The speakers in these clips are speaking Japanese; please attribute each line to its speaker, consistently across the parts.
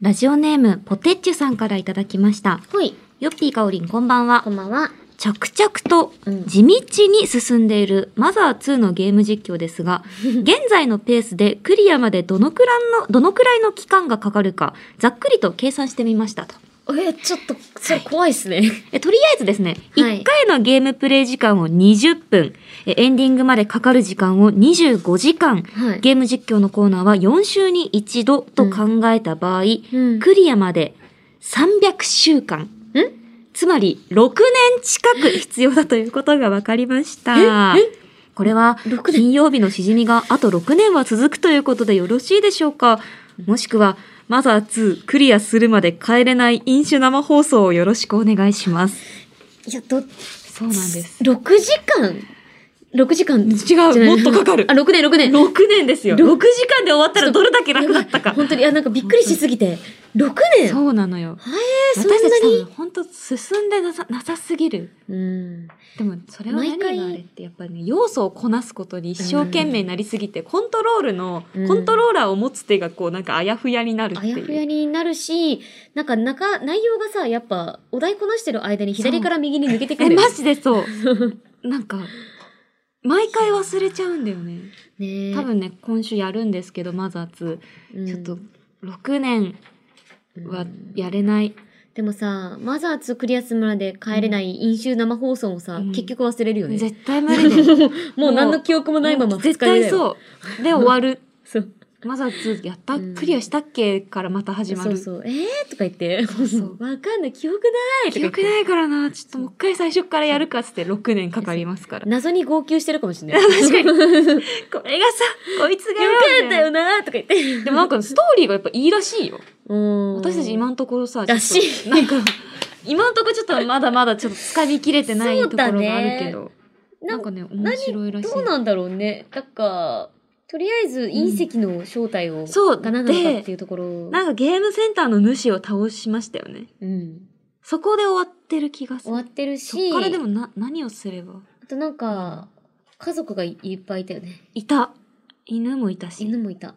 Speaker 1: ラジオネーム、ポテッチュさんからいただきました。
Speaker 2: ほい。
Speaker 1: よっぴーかおりん、こんばんは
Speaker 2: こ。んばんは。
Speaker 1: 着々と
Speaker 2: うん
Speaker 1: 地道に進んでいるマザー2のゲーム実況です が、現在のペースでクリアまでどのくらいの、どのくらいの期間がかかるか、ざっくりと計算してみましたと。
Speaker 2: え、ちょっと、それ怖いっすね。
Speaker 1: えとりあえずですね、
Speaker 2: はい
Speaker 1: 1回のゲームプレイ時間を20分、えエンディングまでかかる時間を25時間、
Speaker 2: はい
Speaker 1: ゲーム実況のコーナーは4週に1度と考えた場合、
Speaker 2: うん
Speaker 1: クリアまで300週間。つまり6年近く必要だということが分かりました
Speaker 2: え。
Speaker 1: これは
Speaker 2: 6年
Speaker 1: 金曜日のしじみがあと6年は続くということでよろしいでしょうかもしくはマザー2クリアするまで帰れない飲酒生放送をよろしくお願いします。
Speaker 2: いや、ど、
Speaker 1: そうなんです。
Speaker 2: 6時間 ?6 時間
Speaker 1: 違う
Speaker 2: じゃない
Speaker 1: もっとかかる
Speaker 2: あ、6年、6年。
Speaker 1: 6年ですよ。6
Speaker 2: ろ
Speaker 1: 時間で終わったらどれだけ楽だったか。
Speaker 2: 本当に、あ、なんかびっくりしすぎて。6年
Speaker 1: そうなのよ。
Speaker 2: えー、そん
Speaker 1: 私た
Speaker 2: な
Speaker 1: ち多分
Speaker 2: に
Speaker 1: 本当進んでなさなさすぎる。
Speaker 2: うん。
Speaker 1: でもそれは何
Speaker 2: 毎
Speaker 1: があ
Speaker 2: 回
Speaker 1: れってやっぱりね要素をこなすことに一生懸命になりすぎて、コントロールの、
Speaker 2: うん
Speaker 1: コントローラーを持つ手がこうなんかあやふやになるっ
Speaker 2: あ
Speaker 1: て
Speaker 2: やふ
Speaker 1: い
Speaker 2: や
Speaker 1: う。
Speaker 2: になるし、なんか中、内容がさ、やっぱ、お題こなしてる間に左から右に抜けてく
Speaker 1: え
Speaker 2: る。
Speaker 1: マジで そう。なんか毎回忘れちゃうんだよね。
Speaker 2: ねえ
Speaker 1: 多、分ね今週やるんですけどマザー2、
Speaker 2: うん
Speaker 1: ちょっと6年は
Speaker 2: うん
Speaker 1: やれない。
Speaker 2: でもさ、マザー2クリアするまで帰れない飲酒生放送もさ、
Speaker 1: うん
Speaker 2: 結局忘れるよね。
Speaker 1: 絶対無理だよ。
Speaker 2: もう何の記憶もないまま
Speaker 1: もう
Speaker 2: 二
Speaker 1: 絶
Speaker 2: 日酔いだ
Speaker 1: 対
Speaker 2: よ。
Speaker 1: そう。で終わる。
Speaker 2: そう。
Speaker 1: マザー2やった、
Speaker 2: うん
Speaker 1: クリアしたっけからまた始ま
Speaker 2: そう
Speaker 1: る。
Speaker 2: そう。えーとか言って、
Speaker 1: そう
Speaker 2: わかんない、記憶ない
Speaker 1: 記
Speaker 2: とか言って
Speaker 1: 憶ないからなちょっともう一回最初からやるかっつって6年かかりますから
Speaker 2: 謎に号泣してるかもしれな い。
Speaker 1: 確かに
Speaker 2: よ
Speaker 1: これがさこいつがみ
Speaker 2: かった
Speaker 1: たいな
Speaker 2: よなとか言って。
Speaker 1: でもなんかストーリーがやっぱいいらしいよ
Speaker 2: うん
Speaker 1: 私たち今のところさ
Speaker 2: らしい
Speaker 1: ちょっとなんか今のところちょっとまだまだちょっと掴みきれてない
Speaker 2: そ
Speaker 1: と
Speaker 2: う
Speaker 1: こ
Speaker 2: だ
Speaker 1: ろ
Speaker 2: ね
Speaker 1: があるけど、なんかね面白いらしい
Speaker 2: どうなんだろうね。なんか、とりあえず隕石の正体を、
Speaker 1: そう
Speaker 2: が何なのかっていうところ。
Speaker 1: なんかゲームセンターの主を倒しましたよね
Speaker 2: うん。
Speaker 1: そこで終わってる気がす
Speaker 2: 終
Speaker 1: る
Speaker 2: わってる
Speaker 1: そ
Speaker 2: し、
Speaker 1: っからでもな何をすれば
Speaker 2: あとなんか、家族がいいっぱいいたよね。
Speaker 1: いた犬もいたし
Speaker 2: 犬もいた。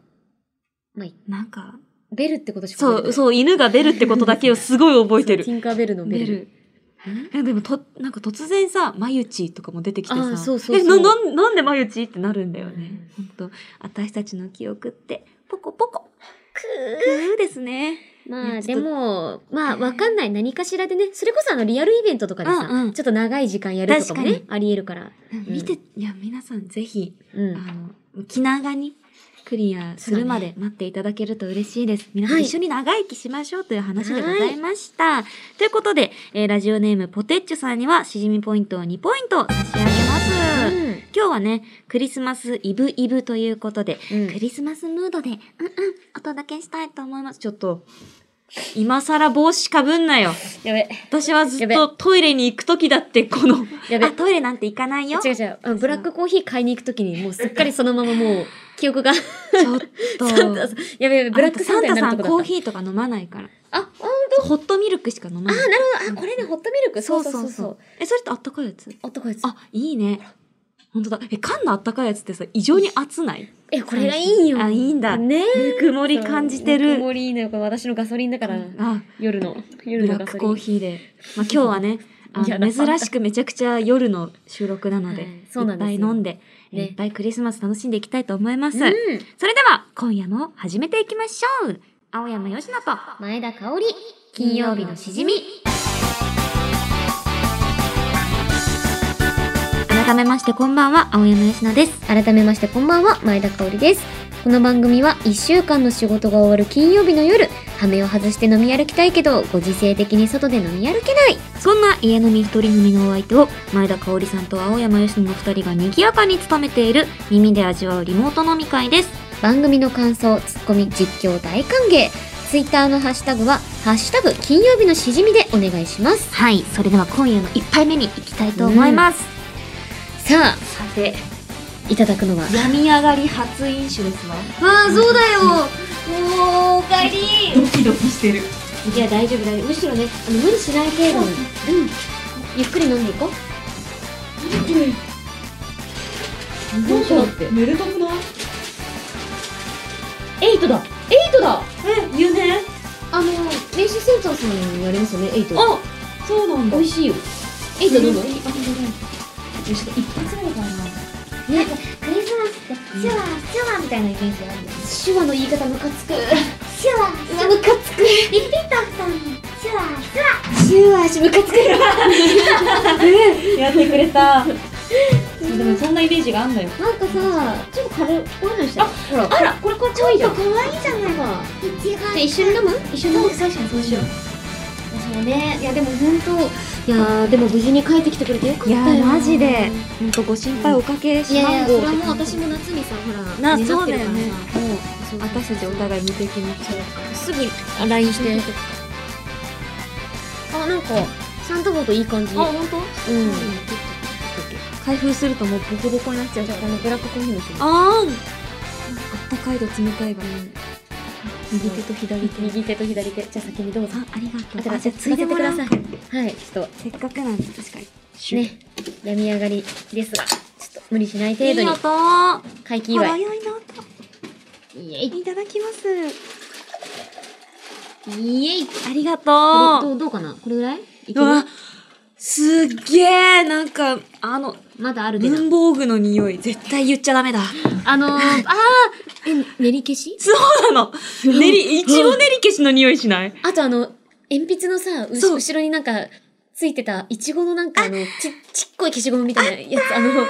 Speaker 2: まあ、
Speaker 1: なんか
Speaker 2: ベルってことしか
Speaker 1: そう
Speaker 2: う、
Speaker 1: そう犬が出るってことだけをすごい覚えてる
Speaker 2: ティンカーベルのベ
Speaker 1: 出
Speaker 2: ル。
Speaker 1: る。えでもとなんか突然さ「まゆち」とかも出てきて
Speaker 2: あー
Speaker 1: さ
Speaker 2: そうそうそう
Speaker 1: えななんなんでまゆちってなるんだよね。
Speaker 2: う
Speaker 1: 本当私たちの記憶ってポコポコ
Speaker 2: く
Speaker 1: くーですね。
Speaker 2: まあ
Speaker 1: ねち
Speaker 2: で
Speaker 1: ょっと
Speaker 2: も、まあわかんない何かしらでね、それこそあのリアルイベントとかでさ、
Speaker 1: うんうん
Speaker 2: ちょっと長い時間やるとかもね
Speaker 1: 確、
Speaker 2: ありえるから。ん
Speaker 1: 見ていや皆さんぜひ、
Speaker 2: うん。
Speaker 1: あの気長にクリアするまで待っていただけると嬉しいです。皆さん
Speaker 2: はい
Speaker 1: 一緒に長生きしましょうという話でございました。ということで、えーラジオネームポテッチョさんにはしじみポイントを2ポイント差し上げます。
Speaker 2: うん
Speaker 1: 今日はね、クリスマスイブイブということで、
Speaker 2: うん
Speaker 1: クリスマスムードで、うんうん、お届けしたいと思います。ちょっと、今更帽子かぶんなよ。
Speaker 2: やべ。
Speaker 1: 私はずっ
Speaker 2: や
Speaker 1: とトイレに行く時だって、この、
Speaker 2: やべ
Speaker 1: あ、トイレなんて行かないよ。
Speaker 2: 違う
Speaker 1: ちょ
Speaker 2: 違うあの。ブラックコーヒー買いに行くときに、もうすっかりそのままもう、 記憶が。
Speaker 1: っと、
Speaker 2: サンタさんやべやべ、ブラックサンタにな
Speaker 1: あ
Speaker 2: る
Speaker 1: んたサンタさんコ
Speaker 2: とこだ
Speaker 1: ー
Speaker 2: った。
Speaker 1: ヒーとか飲まないから。
Speaker 2: あ、あ、
Speaker 1: ホットミルクしか飲まな
Speaker 2: あ、
Speaker 1: い。
Speaker 2: なるほど。あ、これね、ホットミルク。そうそうそうそう。。
Speaker 1: え、それってあったかいやつ
Speaker 2: あったかいやつ。
Speaker 1: あ、いいね。本当だ。え、缶のあったかいやつってさ、異常に熱ない
Speaker 2: え、これがいいよ。
Speaker 1: あいいんだ
Speaker 2: ね
Speaker 1: ぬくもり感じて
Speaker 2: そうぬく
Speaker 1: る。
Speaker 2: もりいいのよ。これ私のガソリンだから、
Speaker 1: あ、
Speaker 2: 夜の。夜
Speaker 1: ブ
Speaker 2: の
Speaker 1: ラ
Speaker 2: ガ
Speaker 1: ッ
Speaker 2: ソ
Speaker 1: ク
Speaker 2: リン。
Speaker 1: コーヒーで、まあ、今日はねあ
Speaker 2: いや
Speaker 1: の
Speaker 2: なかった
Speaker 1: 珍しくめちゃくちゃ夜の収録なので、
Speaker 2: はい
Speaker 1: い、
Speaker 2: そうな
Speaker 1: っ
Speaker 2: ん
Speaker 1: ぱ
Speaker 2: です
Speaker 1: い
Speaker 2: よ
Speaker 1: 飲んで、い
Speaker 2: ね
Speaker 1: っぱいクリスマス楽しんでいきたいと思います、
Speaker 2: うん。
Speaker 1: それでは今夜も始めていきましょう青山佳乃と
Speaker 2: 前田香織金曜日のしじみ
Speaker 1: 改めましてこんばんは青山佳乃です
Speaker 2: 改めましてこんばんは前田香織ですこの番組は1週間の仕事が終わる金曜日の夜羽目を外して飲み歩きたいけどご時世的に外で飲み歩けない
Speaker 1: そんな家飲み一人飲みのお相手を前田香織さんと青山佳乃の二人が賑やかに務めている耳で味わうリモート飲み会です
Speaker 2: 番組の感想ツッコミ実況大歓迎ツイッターのハッシュタグは「ハッシュタグ金曜日のしじみ」でお願いします
Speaker 1: はいそれでは今夜の一杯目に行きたいと思います、
Speaker 2: さあ
Speaker 1: さて
Speaker 2: いただくのは
Speaker 1: 病み上がり初飲酒ですわ
Speaker 2: わあそうだよもうおかえり
Speaker 1: キドキしてる
Speaker 2: いや大丈夫大丈夫むしろねあの無理しない程度にうんゆっくり飲んでいこう
Speaker 1: ど
Speaker 2: どうしようって
Speaker 1: めでたくない
Speaker 2: エイトだエイトだ
Speaker 1: え言うね
Speaker 2: あスになりますよね、エイト。
Speaker 1: あそうなん
Speaker 2: 美味しいよ。エイト飲む
Speaker 1: クリスマスあ本当だよし一発目だからな
Speaker 2: ね、クリスマスって、シュワー、シュワーみたいなイメージあるよね。シュワの言い方ムカつく。シュワー、ムカつく。リピートさん、シュワー、シュワー。シュワー、ムカつく。
Speaker 1: やってくれ たでもそんなイメージがあんのよ
Speaker 2: なんかさ、ちょっと軽い、こういうのしたあ、ほら。
Speaker 1: あらこれこれ
Speaker 2: ちょっと可愛いじゃないか。じゃあ一緒に飲む一緒に飲むそうそうしよう。そうね。いや、でも本当いやー、でも無事に帰ってきてくれてよかったよ。
Speaker 1: いやーマジで本当ご心配おかけし
Speaker 2: いやい
Speaker 1: マン
Speaker 2: や、
Speaker 1: ゴ
Speaker 2: そ
Speaker 1: ー
Speaker 2: れは
Speaker 1: っ
Speaker 2: もう
Speaker 1: て感じ
Speaker 2: 私も夏にさ、ほら、
Speaker 1: な
Speaker 2: 狙ってる
Speaker 1: そうだ
Speaker 2: から
Speaker 1: よ
Speaker 2: さ
Speaker 1: ねもう
Speaker 2: そう
Speaker 1: 私たちお互い無敵に
Speaker 2: すぐ LINE してあなんかサンタボートいい感じうん
Speaker 1: 本当開封するともうボコボコになっちゃうから
Speaker 2: このブラックコーヒーの人
Speaker 1: あーんあったかいと冷たいが右手と左手
Speaker 2: 右手と左手じゃあ先にどうぞ
Speaker 1: あありがとう
Speaker 2: あ
Speaker 1: あじゃあついでもらおう
Speaker 2: 任
Speaker 1: か
Speaker 2: せてくださいはいちょっ
Speaker 1: せっかくなんで確かに
Speaker 2: とね病み上がりですがちょっと無理しない
Speaker 1: い
Speaker 2: 程度
Speaker 1: い
Speaker 2: に
Speaker 1: 音早
Speaker 2: 回
Speaker 1: い
Speaker 2: 帰祝い
Speaker 1: な
Speaker 2: イエイ
Speaker 1: いただきます
Speaker 2: イエイ
Speaker 1: ありが
Speaker 2: ど
Speaker 1: と
Speaker 2: ど
Speaker 1: う
Speaker 2: うどうかなこれぐらいいうける
Speaker 1: わすっげえなんかあの
Speaker 2: まだあるでな
Speaker 1: 文房具の匂い絶対言っちゃダメだ
Speaker 2: あのー、あーえ練り消し
Speaker 1: そうなの練りいちご練り消しの匂いしない
Speaker 2: あとあの、鉛筆のさ、うし
Speaker 1: そう
Speaker 2: 後ろになんか、ついてた、いちごのなんかあの、ち、ちっこい消しゴムみたいなやつ、あの、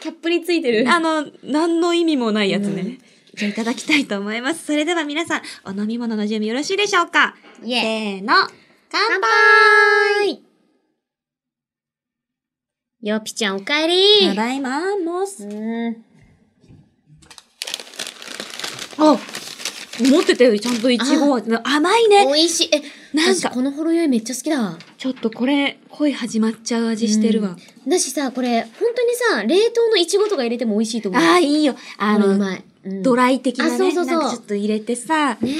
Speaker 2: キャップについてる。
Speaker 1: あの、何の意味もないやつね。
Speaker 2: うん
Speaker 1: じゃあいただきたいと思います。それでは皆さん、お飲み物の準備よろしいでしょうか
Speaker 2: イ
Speaker 1: せ
Speaker 2: エイ
Speaker 1: ーの。
Speaker 2: 乾杯よぴちゃんおかえり
Speaker 1: ただいま、もう
Speaker 2: う
Speaker 1: す。
Speaker 2: ーん。
Speaker 1: あ思ってたよりちゃんといちごは甘いね。
Speaker 2: 美味しい。え、
Speaker 1: なんか
Speaker 2: 私このほろ酔いめっちゃ好きだ。
Speaker 1: ちょっとこれ、恋始まっちゃう味してるわ。
Speaker 2: だしさ、これ、本当にさ、冷凍のいちごとか入れても美味しいと思う。
Speaker 1: ああ、いいよ。あ
Speaker 2: これう
Speaker 1: の、
Speaker 2: まい。うん
Speaker 1: ドライ的なね。
Speaker 2: あそうそうそう
Speaker 1: なんかちょっと入れてさ、
Speaker 2: ね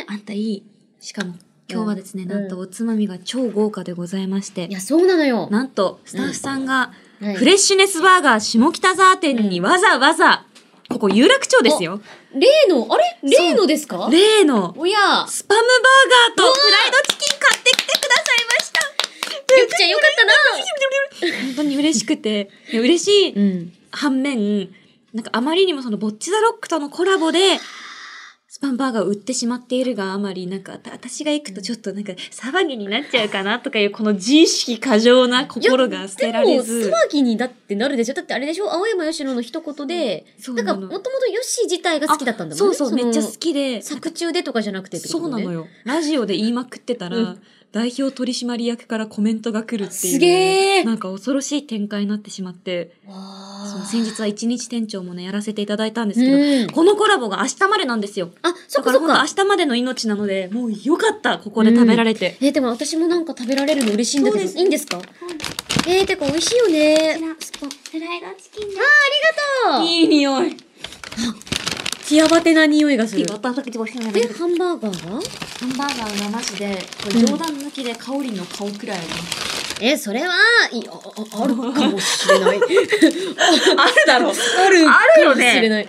Speaker 2: え。
Speaker 1: あんたいい。しかも、今日はですね、
Speaker 2: うん
Speaker 1: なんとおつまみが超豪華でございまして
Speaker 2: い、や、そうなのよ。
Speaker 1: なんと、スタッフさんが、
Speaker 2: はい
Speaker 1: フレッシュネスバーガー下北沢店にわざわざ、ここ有楽町ですよ。
Speaker 2: 例の、あれ例のですか
Speaker 1: 例の、
Speaker 2: おや
Speaker 1: スパムバーガーとフライドチキン買ってきてくださいました。
Speaker 2: ゆきちゃんよかったな
Speaker 1: 本当に嬉しくて、で嬉しい
Speaker 2: ん。
Speaker 1: 反面、なんかあまりにもそのボッチザロックとのコラボで、スパムバーガーを売ってしまっているがあまり、なんか、た私が行くとちょっとなんか騒ぎになっちゃうかなとかいう、この自意識過剰な心が捨てられず。
Speaker 2: でも、騒ぎにだってなるでしょだってあれでしょ青山吉野の一言で、
Speaker 1: そう
Speaker 2: だ
Speaker 1: な
Speaker 2: から
Speaker 1: の
Speaker 2: もともとヨッシー自体が好きだったんだもんね。
Speaker 1: そうそう、
Speaker 2: の
Speaker 1: めっちゃ好きで。
Speaker 2: 作中でとかじゃなくてってこと
Speaker 1: そう
Speaker 2: ね。
Speaker 1: なのよ。ラジオで言いまくってたら、
Speaker 2: うん
Speaker 1: 代表取締役からコメントが来るっていう。
Speaker 2: すげー
Speaker 1: なんか恐ろしい展開になってしまって、
Speaker 2: わー。
Speaker 1: その先日は一日店長もね、やらせていただいたんですけど、
Speaker 2: うん
Speaker 1: このコラボが明日までなんですよ。
Speaker 2: あ、そ
Speaker 1: だか
Speaker 2: っからそっ
Speaker 1: 本当明
Speaker 2: か。
Speaker 1: 日までの命なので、もうよかった、ここで食べられて。
Speaker 2: え、でも私もなんか食べられるの嬉しいんだけど、
Speaker 1: そうです
Speaker 2: いいんですかえー、てか美味しいよね。
Speaker 1: スパフライドチキン
Speaker 2: あーありがとう
Speaker 1: いい匂い。
Speaker 2: ティアバテな匂いがする。
Speaker 1: ハ
Speaker 2: え、ハンバーガーは
Speaker 1: ンバーガーがマジで、こ
Speaker 2: れ冗
Speaker 1: 談抜きで香りの顔くらい
Speaker 2: え、それは、いあ、ああるかもしれない。
Speaker 1: あるだろう
Speaker 2: ある
Speaker 1: あるよね
Speaker 2: かもしれない。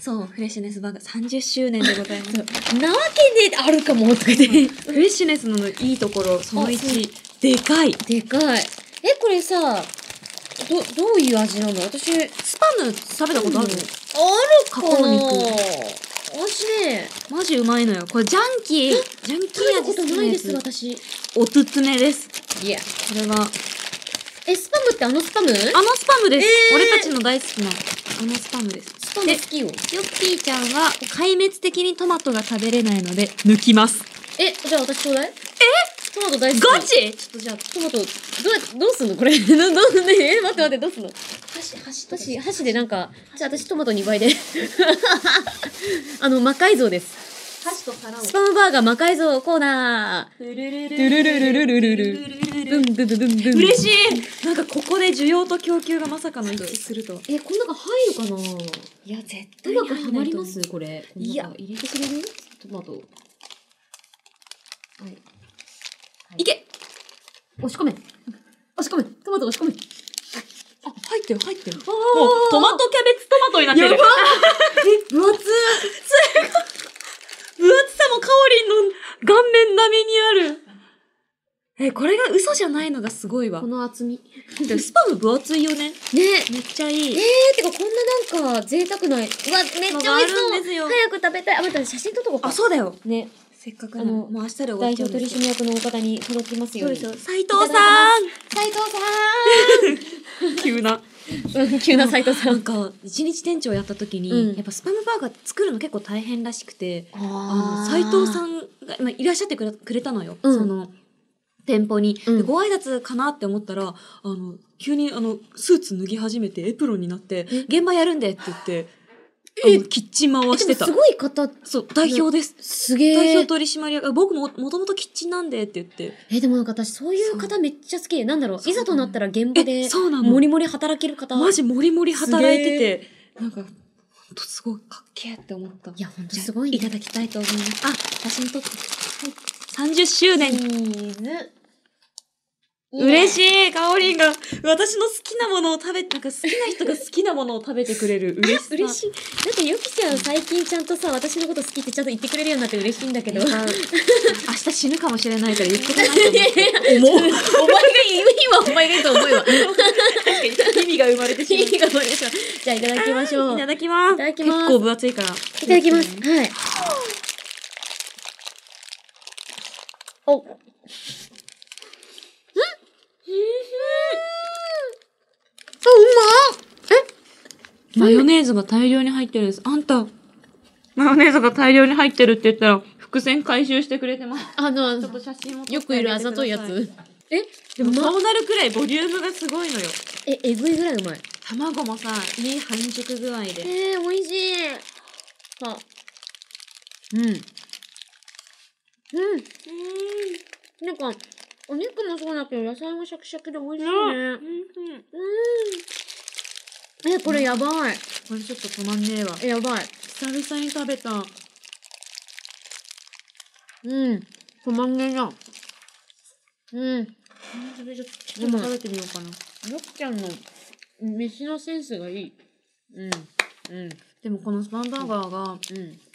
Speaker 1: そう、フレッシュネスバーガー30周年でござ います。
Speaker 2: なわけであるかもとか言っ
Speaker 1: フ
Speaker 2: て。
Speaker 1: レッシュネスのいいところ、その
Speaker 2: あそう
Speaker 1: 1、でかい。
Speaker 2: でかい。え、これさ、ど、どういう味なの私、ある
Speaker 1: スパム食べたことある、
Speaker 2: か
Speaker 1: 加工
Speaker 2: な
Speaker 1: 肉
Speaker 2: 私ね、
Speaker 1: マジうまいのよ。これジャンキー、ジャンキ
Speaker 2: 食べ
Speaker 1: ー
Speaker 2: た
Speaker 1: 味
Speaker 2: こと
Speaker 1: 好き
Speaker 2: な
Speaker 1: ない
Speaker 2: で
Speaker 1: や
Speaker 2: す、
Speaker 1: つ。
Speaker 2: 私。い
Speaker 1: おすすめです。
Speaker 2: や。
Speaker 1: これは、
Speaker 2: え、スパムってあのスパム
Speaker 1: あのスパムです。
Speaker 2: えー
Speaker 1: 俺たちの大好きな、あのスパムです。
Speaker 2: スパム好きよ。
Speaker 1: ヨッピーちゃんは、壊滅的にトマトが食べれないので、抜きます。
Speaker 2: え、じゃあ私ちょうだいえトマト大好き。
Speaker 1: ガチ
Speaker 2: ちょっとじゃあ、トマト、どうやって、どうすんのこれ。 どどうすんのえ、待って待って、どうすんの
Speaker 1: 箸、箸
Speaker 2: 私、箸でなんか、じゃあ私トマト2倍で。 あの、魔改造です。
Speaker 1: 箸と皿を
Speaker 2: スパムバーガー魔改造コーナ
Speaker 1: ルルル
Speaker 2: ー。ルルルルルルル
Speaker 1: ル
Speaker 2: ル。ブンブンブンブンブン。
Speaker 1: 嬉しいなんかここで需要と供給がまさかの一致するとは。
Speaker 2: え、この中入るかない
Speaker 1: や、絶
Speaker 2: うまくはまりますこれ。
Speaker 1: いや
Speaker 2: この中入れてくれるトマト。はい。
Speaker 1: いけ
Speaker 2: 押し込め。押し込め。トマト押し込め。
Speaker 1: あ、入ってる、入ってる。もう
Speaker 2: ー、
Speaker 1: トマトキャベツトマトになってる。
Speaker 2: やば
Speaker 1: え、分厚すごい分厚さもカオリンの顔面並みにある。え、これが嘘じゃないのがすごいわ
Speaker 2: こ。の厚み。ね
Speaker 1: でもスパム分厚いよね。
Speaker 2: え
Speaker 1: めっちゃいい。
Speaker 2: えー、てかこんななんか贅沢な、うわ、めっちゃ美味し
Speaker 1: のがあ
Speaker 2: そ
Speaker 1: るん
Speaker 2: う
Speaker 1: ですよ
Speaker 2: 早く食べたい。あ、待って、写真撮っとこうか。
Speaker 1: あ、そうだよ。
Speaker 2: ね、
Speaker 1: せっかく
Speaker 2: あ
Speaker 1: あ
Speaker 2: の
Speaker 1: の、もう明日で終わ
Speaker 2: 代
Speaker 1: っちゃう
Speaker 2: 表
Speaker 1: ん
Speaker 2: 取
Speaker 1: です
Speaker 2: 締役のお方に届きますよ
Speaker 1: そう
Speaker 2: う
Speaker 1: で
Speaker 2: に。
Speaker 1: しょ。
Speaker 2: 斉
Speaker 1: 斉藤さ
Speaker 2: 藤
Speaker 1: ん
Speaker 2: さ
Speaker 1: 急な。
Speaker 2: んうん急な斉藤さ。
Speaker 1: なん んか、一日店長やった時に、
Speaker 2: うん
Speaker 1: やっぱスパムバーガーって作るの結構大変らしくて、あの、
Speaker 2: あ
Speaker 1: 斉藤
Speaker 2: ん。
Speaker 1: さんが、まあ、いらっしゃってくれくれたのよ。
Speaker 2: うん
Speaker 1: その、店舗に。
Speaker 2: うん
Speaker 1: でご挨拶かなって思ったら、あの、急にあの、スーツ脱ぎ始めてエプロンになって、現場やるんでって言って、あの、キッチン回してた
Speaker 2: えでもす。ごい方、
Speaker 1: そう、代表です。
Speaker 2: す
Speaker 1: 代
Speaker 2: げ
Speaker 1: 表
Speaker 2: え。
Speaker 1: 取締役、僕ももともとキッチンなんでって言って。
Speaker 2: え、でもなんか私そういう方めっちゃ好き。なんだろう、
Speaker 1: そう
Speaker 2: いざとなったら現場
Speaker 1: え、
Speaker 2: で、
Speaker 1: そうなの
Speaker 2: もりもり働ける方。
Speaker 1: マ
Speaker 2: い
Speaker 1: ジもりもり働いて
Speaker 2: すげ
Speaker 1: て、なんか、ほんとすごいかっけえって思った。
Speaker 2: や、ほんとすごいね。
Speaker 1: いただきたいと思います。あ、写真撮って。はい。30周
Speaker 2: チ
Speaker 1: 年。
Speaker 2: ーズ。
Speaker 1: 嬉
Speaker 2: いね。
Speaker 1: しいかおりんが、私の好きなものを食べ、なんか好きな人が好きなものを食べてくれる嬉しさ。
Speaker 2: 嬉しい。だって、ゆきちゃん最近ちゃんとさ、私のこと好きってちゃんと言ってくれるようになって嬉しいんだけど。
Speaker 1: なんか明日死ぬかもしれないから言ってかないと思う。思う。
Speaker 2: お前が、今お前がいいと思 うよ。
Speaker 1: 確かに意味が生まれてしまう。
Speaker 2: いいかもですよじゃあ、いただきましょう。
Speaker 1: いただきます。
Speaker 2: いただきます
Speaker 1: 結構分厚いから。い
Speaker 2: いただきます。はい。お。うんあ、
Speaker 1: マヨネーズが大量に入ってるんです。あんた、マヨネーズが大量に入ってるって言ったら、伏線回収してくれてます。
Speaker 2: うまあ
Speaker 1: ちょっ
Speaker 2: の
Speaker 1: と、写真も撮
Speaker 2: よ
Speaker 1: っ
Speaker 2: く
Speaker 1: てあ
Speaker 2: い
Speaker 1: げて
Speaker 2: るあざといや
Speaker 1: くださ。
Speaker 2: つ。え
Speaker 1: でも、そうなるくらいボリュームがすごいのよ。
Speaker 2: え、えぐいぐらいうまい。
Speaker 1: 卵もさ、いい半熟具合で。
Speaker 2: えー、美味しい。あ。うん。うん。なんか、お肉もそうだけど、野菜もシャキシャキで美味しいね。うん。え、これやばい。
Speaker 1: これちょっと止まんねえわ。
Speaker 2: えやばい。
Speaker 1: 久々に食べた。
Speaker 2: うん。止まんねえな。うん。
Speaker 1: それちょっと食べてみようかな。
Speaker 2: よくちゃんの飯のセンスがいい。うん。うん。
Speaker 1: でもこのスパンバーガーが、
Speaker 2: うん。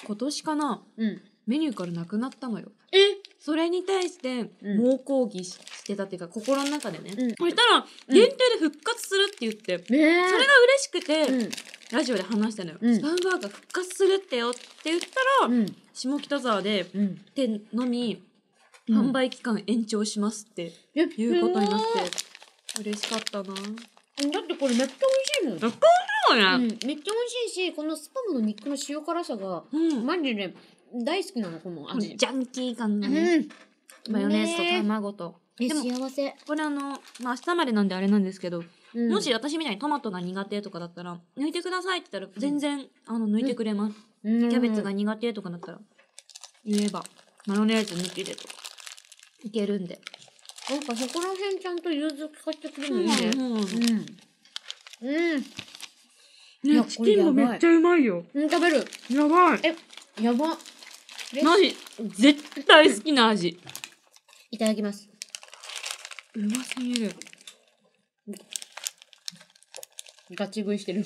Speaker 1: 今年かな、
Speaker 2: うん。
Speaker 1: メニューからなくなったのよ。
Speaker 2: え
Speaker 1: それに対して
Speaker 2: うん
Speaker 1: 猛抗議ししてたっていうか心の中でね、
Speaker 2: うん
Speaker 1: そしたら
Speaker 2: うん
Speaker 1: 限定で復活するって言って、
Speaker 2: ねえ。
Speaker 1: それが嬉しくて、ラジオで話したのよ、
Speaker 2: うん
Speaker 1: スパンバーガー復活するってよって言ったら、
Speaker 2: うん。うん。
Speaker 1: 下北沢で
Speaker 2: うん。
Speaker 1: 店のみ
Speaker 2: うん
Speaker 1: 販売期間延長しますって
Speaker 2: え、
Speaker 1: いうことになっ
Speaker 2: すごい
Speaker 1: て嬉しかったな
Speaker 2: だってこれめっちゃ美味しいもん。
Speaker 1: そう
Speaker 2: う
Speaker 1: や
Speaker 2: ん、めっちゃ美味しいし、このスパムの肉の塩辛さが、
Speaker 1: うん、
Speaker 2: マジで大好きなの、この
Speaker 1: このジ
Speaker 2: 味。
Speaker 1: ャンキー感
Speaker 2: う
Speaker 1: のね、
Speaker 2: ん。
Speaker 1: マヨネーズと
Speaker 2: ね
Speaker 1: 卵と、
Speaker 2: え
Speaker 1: でも
Speaker 2: 幸せ。
Speaker 1: これあの、まあ、明日までなんであれなんですけど
Speaker 2: うん
Speaker 1: もし、私みたいにトマトが苦手とかだったら、抜いてくださいって言ったら、全然、あの、抜いてくれます。
Speaker 2: キ
Speaker 1: キ
Speaker 2: ャ
Speaker 1: ャベツが苦手とかだったら、言えば、マヨネーズ抜きでとか、いけるんで。
Speaker 2: なんかそこら辺ちゃんと融通聞かせてくれる
Speaker 1: う
Speaker 2: のいいね。
Speaker 1: ん
Speaker 2: うん。うん。いや
Speaker 1: ね、チキンもめっちゃうまいよ。
Speaker 2: うん、食べる。
Speaker 1: やばい。
Speaker 2: え、やば。え
Speaker 1: マジ、絶対好きな味。
Speaker 2: いただきます。
Speaker 1: うますぎる。
Speaker 2: ガチ食いしてる。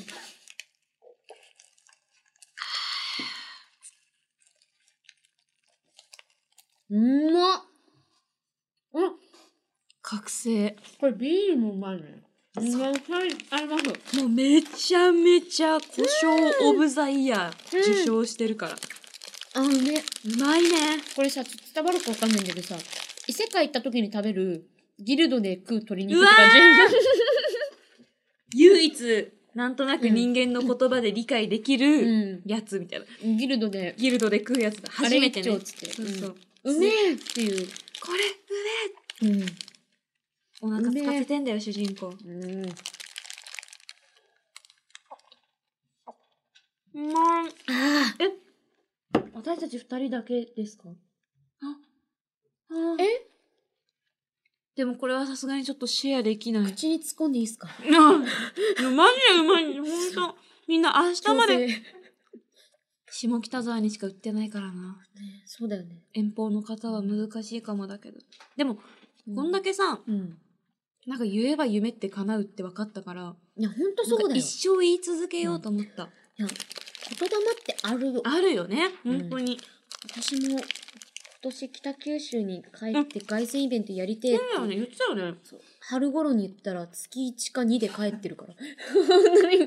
Speaker 2: うんまっうん、
Speaker 1: 覚醒。
Speaker 2: これビールもうまいね。めっちゃ合います。
Speaker 1: もうめちゃめちゃ胡椒オブザイヤー
Speaker 2: うん
Speaker 1: 受賞してるから。
Speaker 2: あのね、
Speaker 1: うまいね。
Speaker 2: これさ、ちょっと伝わるかわかんないんだけどさ、異世界行った時に食べるギルドで食う鶏肉って感じ。
Speaker 1: 唯一、なんとなく人間の言葉で理解できるやつみたいな。
Speaker 2: うん。ギルドで、
Speaker 1: ギルドで食うやつだ。
Speaker 2: あ
Speaker 1: 初
Speaker 2: れ
Speaker 1: め
Speaker 2: 一
Speaker 1: て
Speaker 2: 丁
Speaker 1: ね
Speaker 2: っ。つって。
Speaker 1: そうそう。
Speaker 2: うんうめえっていう。
Speaker 1: これ、
Speaker 2: うん。
Speaker 1: うめえお腹使っててんだよ、主人公。
Speaker 2: うん。
Speaker 1: うまい。
Speaker 2: あ
Speaker 1: 私たち二人だけですかあ、あ
Speaker 2: え
Speaker 1: でもこれはさすがにちょっとシェアでき ない。
Speaker 2: あ。口に突っ込んでいいですか
Speaker 1: なあ、いやマジでうまい。ほんと。みんな明日まで。
Speaker 2: 調整
Speaker 1: 下北沢にしか売ってないからな。
Speaker 2: そうだよね。
Speaker 1: 遠方の方は難しいかもだけど。でも、こんだ
Speaker 2: け。
Speaker 1: けさ、
Speaker 2: うん。
Speaker 1: なんか言えば夢って叶うって分かったから、
Speaker 2: いや、ほんとそう
Speaker 1: な
Speaker 2: だ
Speaker 1: んか
Speaker 2: よ。
Speaker 1: 一生言い続けようと思った。
Speaker 2: いや、言霊ってあるよ。
Speaker 1: あるよね、
Speaker 2: うん
Speaker 1: 本当に。
Speaker 2: 私も年北九州に帰って凱旋イベントやりてえって
Speaker 1: だよね、言ってたよね。
Speaker 2: 春頃に言ったら月1か2で帰ってるから。本当に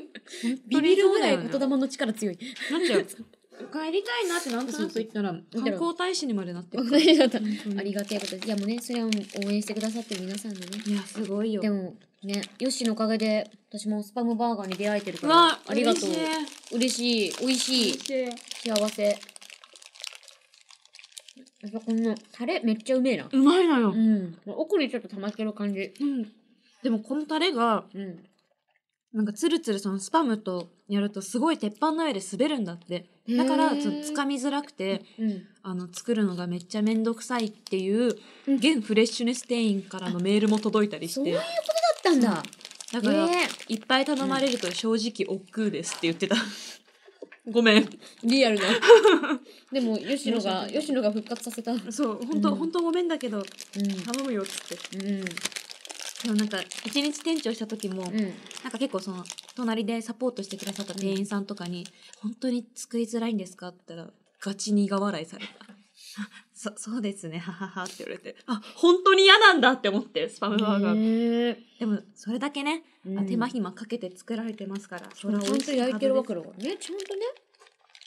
Speaker 2: ビビるぐらい言霊の力強い。
Speaker 1: なっちゃう。 帰りたいなってなんとなく言ったら、観光大使にまでなってる。
Speaker 2: ありがたいことです。いやもうね、それはもう応援してくださってる皆さんのね。
Speaker 1: いや、すごいよ
Speaker 2: で。も、ね、ヨッシーのおかげで、私もスパムバーガーに出会えてるか
Speaker 1: う
Speaker 2: ら、
Speaker 1: わ、
Speaker 2: ありがとう。
Speaker 1: 嬉
Speaker 2: 嬉しい、美味しい、
Speaker 1: しい。
Speaker 2: 幸せ。やっぱこの、タレめっちゃうめえな。
Speaker 1: うまいの
Speaker 2: う
Speaker 1: よ。
Speaker 2: ん。奥にちょっと溜まってる感じ。
Speaker 1: うん。でもこのタレが、
Speaker 2: うん。
Speaker 1: なんかツルツルそのスパムとやるとすごい鉄板の上で滑るんだって。だから、ちょっと掴みづらくて、
Speaker 2: うん。
Speaker 1: あの、作るのがめっちゃめんどくさいっていう、現フレッシュネス店員からのメールも届いたりし
Speaker 2: そうい
Speaker 1: て
Speaker 2: うこ。とだったんだ。
Speaker 1: だから、
Speaker 2: ね
Speaker 1: いっぱい頼まれると正直億劫ですって言ってた。 ごめん。
Speaker 2: リ アルな。でも、吉野が、
Speaker 1: 吉野
Speaker 2: 吉野が復活させた。うん。
Speaker 1: そう、本当、
Speaker 2: うん
Speaker 1: 本当ごめんだけど、
Speaker 2: う
Speaker 1: 頼むよっつって。
Speaker 2: ん。
Speaker 1: でもなんか、一日店長した時も、
Speaker 2: うん。
Speaker 1: なんか結構その、隣でサポートしてくださった店員さんとかに、本当に作りづらいんですかって言ったら、ガチ苦笑いされた。あ そ、そうですね、はははって言われて、あ、本当に嫌なんだって思って、スパムバーガー。
Speaker 2: ね
Speaker 1: でも、それだけね、
Speaker 2: え
Speaker 1: あ手間暇かけて作られてますから、それは
Speaker 2: ち
Speaker 1: 美
Speaker 2: ゃん
Speaker 1: 味
Speaker 2: と
Speaker 1: しいはず
Speaker 2: 焼いてるわけ
Speaker 1: で
Speaker 2: だからね。ちゃんとね。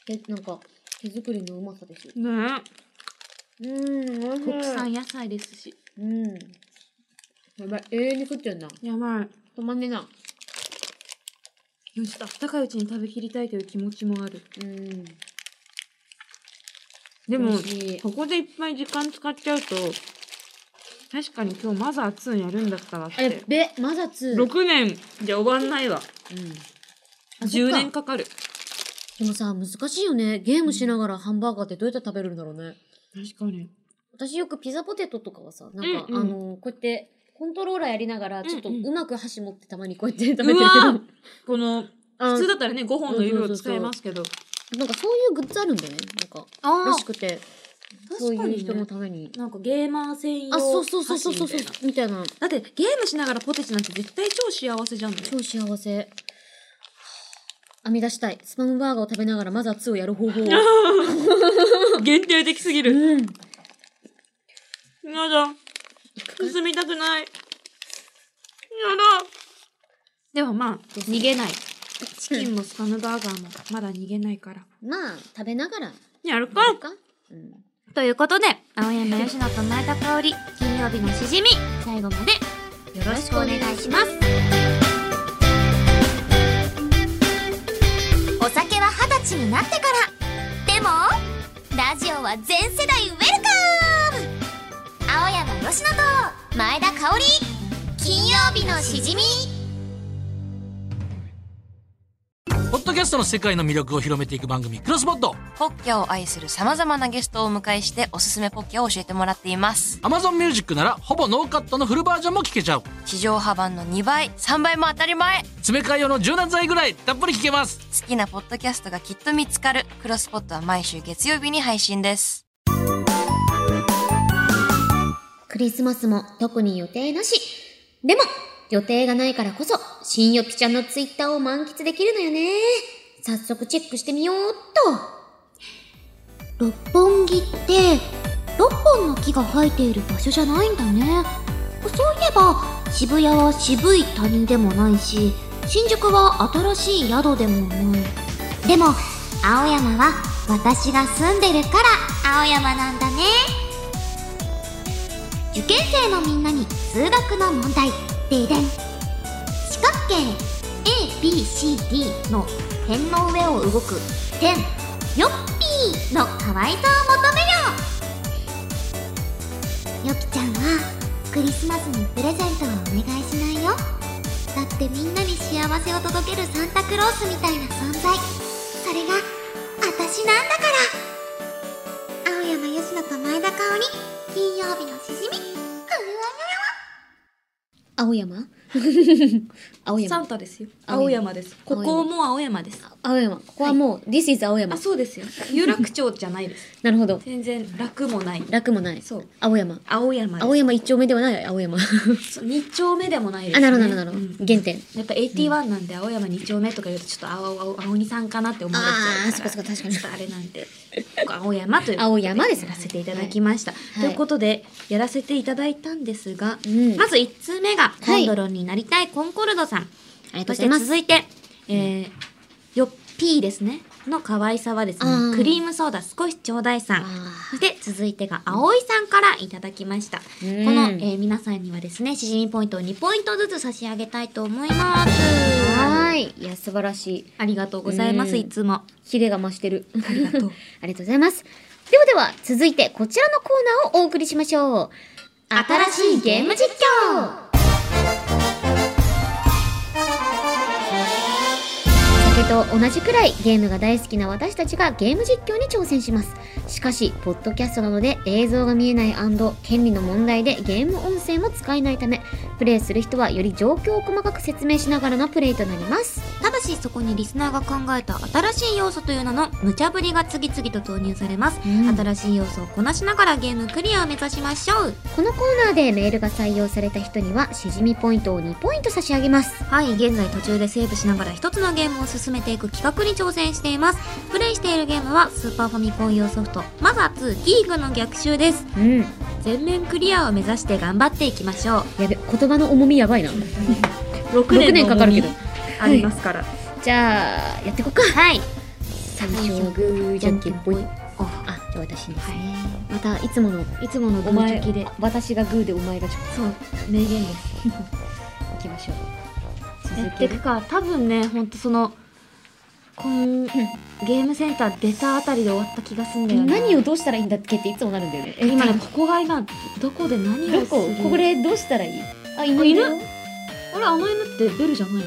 Speaker 2: え、なんか、手作りのうまさですよ。
Speaker 1: すね
Speaker 2: うん、
Speaker 1: 国産
Speaker 2: い。
Speaker 1: 野菜ですし。
Speaker 2: うん。やばい、永遠に食ってんな。
Speaker 1: やばい。
Speaker 2: 止まんねえな。
Speaker 1: よし、あったかいうちに食べきりたいという気持ちもある。
Speaker 2: うん。
Speaker 1: でも
Speaker 2: 美、味しい
Speaker 1: ここでいっぱい時間使っちゃうと、確かに今日マザー2やるんだったらっ。
Speaker 2: あ、やってべ、マザツー。うん。
Speaker 1: 6年じゃ終わんないわ。
Speaker 2: あそっ
Speaker 1: 10
Speaker 2: か
Speaker 1: 年かかる。
Speaker 2: でもさ、難しいよね。ゲームしながらハンバーガーってどうやって食べるんだろうね。
Speaker 1: 確かに。
Speaker 2: 私よくピザポテトとかはさ、なんか、
Speaker 1: うんうん
Speaker 2: あの、こうやって、コントローラーやりながら、ちょっと
Speaker 1: うんうん
Speaker 2: うまく箸持ってたまにこうやって食べてる
Speaker 1: う
Speaker 2: けど
Speaker 1: わ、ーこの、
Speaker 2: あ
Speaker 1: 普通だったらね、5本の指を使えますけど。
Speaker 2: なんかそういうグッズあるんだよね。なんか、
Speaker 1: あ
Speaker 2: らしくて、そういう人のために。
Speaker 1: なんかゲーマー専用
Speaker 2: あ、そうそうそうそうそうそう
Speaker 1: 箸みたい、
Speaker 2: みたいな。
Speaker 1: なだってゲームしながらポテチなんて絶対超幸せじゃんね。
Speaker 2: 超幸せ。はぁ編み出したい。スパムバーガーを食べながらまずは2をやる方 法を。
Speaker 1: 限定的すぎる。
Speaker 2: うん。
Speaker 1: やだ。進みたくない。やだ。でもまあ、逃げない。チキンもスパムバーガーもまだ逃げないから。
Speaker 2: まあ、食べながら、
Speaker 1: やる
Speaker 2: やるか。うん。
Speaker 1: ということで、青山吉野と前田香織、金曜日のしじみ、最後までよろしくお願いします。
Speaker 3: お酒は二十歳になってからでもラジオは全世代ウェルカム青山佳乃と前田香織金曜日のしじみ
Speaker 4: ポッドキャストの世界の魅力を広めていく番組、クロスボット。
Speaker 5: ポッキャを愛する様々なゲストをお迎えしておすすめポッキャを教えてもらっています。
Speaker 4: Amazon Music なら、ほぼノーカットのフルバージョンも聞けちゃう。
Speaker 5: 地上波版の2倍、3倍も当たり前
Speaker 4: 詰め替え用の柔軟剤ぐらい、たっぷり聞けます。
Speaker 5: 好きなポッドキャストがきっと見つかる。クロスポットは毎週月曜日に配信です。
Speaker 2: クリスマスも特に予定なし。でも、予定がないからこそ、新よぴちゃんのツイッターを満喫できるのよね。早速チェックしてみようっ
Speaker 3: 六本木って六本の木が生えている場所じゃないんだねそういえば渋谷は渋い谷でもないし新宿は新しい宿でもないでも青山は私が住んでるから青山なんだね受験生のみんなに数学の問題ででん四角形 ABCD の点の上を動く点よっぴーの可愛さを求めよよきちゃんはクリスマスにプレゼントはお願いしないよだってみんなに幸せを届けるサンタクロースみたいな存在それが私なんだから青山佳乃と前田香織金曜日のしじみふわふわ
Speaker 2: と。青山 青
Speaker 3: サ
Speaker 2: 山。
Speaker 3: ンタですよ。
Speaker 2: 青
Speaker 3: 青
Speaker 2: 山
Speaker 3: 山です。こ
Speaker 2: 青山
Speaker 3: こも青山です。
Speaker 2: 青山。ここはもう、This is 青山
Speaker 3: あ、。そうですよ。有楽町じゃないです。
Speaker 2: なるほど。
Speaker 3: 全然楽もない。
Speaker 2: 楽もない。
Speaker 3: そう。
Speaker 2: 青山。
Speaker 3: 青山です。
Speaker 2: 青山一丁目ではない青山。
Speaker 3: そう二丁目でもないです、
Speaker 2: あ、
Speaker 3: ね。
Speaker 2: なるほど、なるほど
Speaker 3: うん。
Speaker 2: 原点。
Speaker 3: やっぱ81なんで青山二丁目とか言うとちょっと青青青鬼さんかなって思われちゃうから
Speaker 2: あーそっかそっか確かに
Speaker 3: ちょっとあれなんでここ青山ということ
Speaker 2: 青山ですね
Speaker 3: やらせていただきました、
Speaker 2: い
Speaker 3: ということでやらせていただいたんですが、
Speaker 2: うん
Speaker 3: まず1通目が
Speaker 2: い
Speaker 3: コンドロンになりたいコンコルドさん、
Speaker 2: ありがと
Speaker 3: そう
Speaker 2: ご
Speaker 3: し
Speaker 2: ざい
Speaker 3: て
Speaker 2: ます。
Speaker 3: 続いて、えーよっぴーですねの可愛さはです
Speaker 2: あ
Speaker 3: ね
Speaker 2: ー
Speaker 3: クリームソーダ少しちょうだいさん
Speaker 2: あ
Speaker 3: そして続いてが葵さんからいただきました、
Speaker 2: うん
Speaker 3: この、えー皆さんにはですねしじみポイントを2ポイントずつ差し上げたいと思います
Speaker 2: はーい。いや、素晴らしい。
Speaker 3: ありがとうございます、
Speaker 2: うん
Speaker 3: いつも。
Speaker 2: ヒレが増してる。
Speaker 3: ありがとう。
Speaker 2: ありがとうございます。ではでは、続いてこちらのコーナーをお送りしましょう。新しいゲーム実況酒と同じくらいゲームが大好きな私たちがゲーム実況に挑戦しますしかしポッドキャストなので映像が見えない権利の問題でゲーム音声も使えないためプレイする人はより状況を細かく説明しながらのプレイとなります
Speaker 3: ただし、そこにリスナーが考えた新しい要素という名の無茶ぶりが次々と投入されます。
Speaker 2: うん
Speaker 3: 新しい要素をこなしながらゲームクリアを目指しましょう。
Speaker 2: このコーナーでメールが採用された人にはしじみポイントを2ポイント差し上げます
Speaker 3: はい、現在途中でセーブしながら一つのゲームを進めていく企画に挑戦しています。プレイしているゲームはスーパーファミコン用ソフト、マザー2ギーグの逆襲です。
Speaker 2: うん
Speaker 3: 全面クリアを目指して頑張っていきましょう。
Speaker 2: やべ言葉の重みやばいな
Speaker 3: 6
Speaker 2: 6年かかるけど
Speaker 3: ありますから。
Speaker 2: じゃあやっていこうかはい最
Speaker 3: 最
Speaker 2: 初
Speaker 3: 初
Speaker 2: は
Speaker 3: は
Speaker 2: グーじゃんけんぽい
Speaker 3: お
Speaker 2: あじゃあ私ですね、
Speaker 3: は
Speaker 2: またいつもの
Speaker 3: い。いつものグーチョキで。
Speaker 2: 私がグーでお前がチョコ
Speaker 3: そう、名言 です。
Speaker 2: いきましょう
Speaker 3: や
Speaker 2: 続
Speaker 3: って
Speaker 2: け
Speaker 3: い
Speaker 2: る
Speaker 3: くか多分ねほんとそのこんゲームセンター出たあたりで終わった気がすんだよね
Speaker 2: 何をどうしたらいいんだっけっていつもなるんだよねえ
Speaker 3: 今ねここが今どこで何を
Speaker 2: ど
Speaker 3: する
Speaker 2: ここれどうしたらいいあ犬
Speaker 3: あ犬
Speaker 2: だよ
Speaker 3: あれあの犬ってベルじゃないの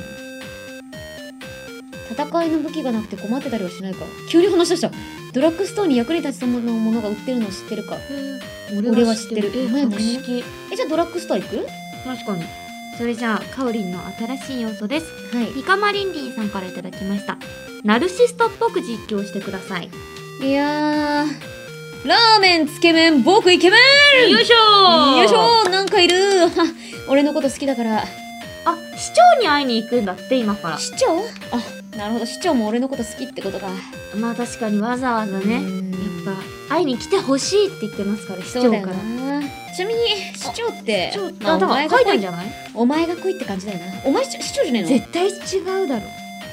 Speaker 2: 戦いの武器がなくて困ってたりはしないか急に話し出したドラッグストアに役に立ちそうなものが売ってるのを知ってるか俺は知ってる
Speaker 3: え
Speaker 2: お前
Speaker 3: ー
Speaker 2: 何
Speaker 3: 博識
Speaker 2: えじゃあドラッグストア行くは
Speaker 3: 確かにそれじゃあかおりんの新しい要素です
Speaker 2: い
Speaker 3: リカマリンリンさんからいただきましたナルシストっぽく実況してください
Speaker 2: いやーラーメンつけ麺僕イケメン
Speaker 3: よいしょ
Speaker 2: よいしょー なんかいるは俺のこと好きだから
Speaker 3: あ市長に会いに行くんだって今から
Speaker 2: 市長あなるほど市長も俺のこと好きってことか
Speaker 3: まあ確かにわざわざね
Speaker 2: うん
Speaker 3: やっぱ会いに来てほしいって言ってますから市
Speaker 2: そう
Speaker 3: 長
Speaker 2: だ
Speaker 3: か
Speaker 2: よ
Speaker 3: ら。
Speaker 2: なちなみに市長って
Speaker 3: 市長
Speaker 2: まあ
Speaker 3: あ、
Speaker 2: お
Speaker 3: 多
Speaker 2: 前が
Speaker 3: 分書い
Speaker 2: 来
Speaker 3: たん
Speaker 2: い
Speaker 3: じゃない
Speaker 2: お前が来いって感じだよなお前市長市長じゃねえの
Speaker 3: 絶対違うだろ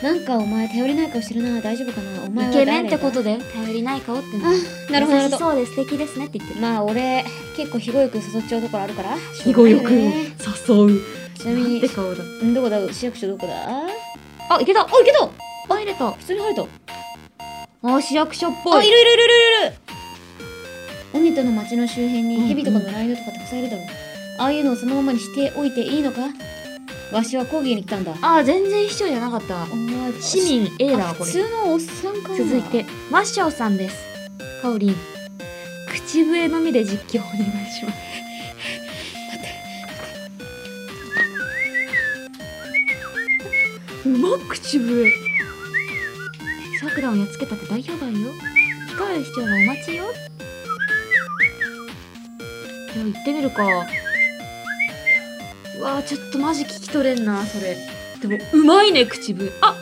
Speaker 2: なんかお前頼りない顔してるな大丈夫かなお前は
Speaker 3: イケ
Speaker 2: 誰
Speaker 3: メ
Speaker 2: だ
Speaker 3: ンってことで頼りない顔ってのは
Speaker 2: あなるほどな
Speaker 3: 優
Speaker 2: るほ
Speaker 3: し
Speaker 2: ど
Speaker 3: そうで素敵ですねって言ってる
Speaker 2: まあ俺結構肥後よく誘っちゃうところあるから
Speaker 3: 肥後よ
Speaker 2: しょう
Speaker 3: く
Speaker 2: がないよね
Speaker 3: 誘う
Speaker 2: ちなみに
Speaker 3: 顔だ
Speaker 2: うんどこだ市役所どこだ
Speaker 3: あ、いけたあ、
Speaker 2: あいけた
Speaker 3: 入れた
Speaker 2: 普通に入れた
Speaker 3: あ、市役所っぽ
Speaker 2: あ
Speaker 3: い
Speaker 2: いるいるいるいるいるオニトの町の周辺
Speaker 3: うんうん
Speaker 2: にヘビとかのライオンとかたくさんいるだろう、ああいうのをそのままにしておいていいのかわしは抗議に来たんだ
Speaker 3: あ、全然市長じゃなかったわ
Speaker 2: お前
Speaker 3: 市民 A だわ
Speaker 2: あ
Speaker 3: こ
Speaker 2: 普
Speaker 3: れ
Speaker 2: 通のおっさんかな
Speaker 3: 続いてマッシャオさんですかおりん口笛のみで実況お願いしますうまっ口笛さくらをやっつけたって大評判よ光る市長がお待ちよでも行ってみるかうわあちょっとマジ聞き取れんなそれでもうまいね口笛あ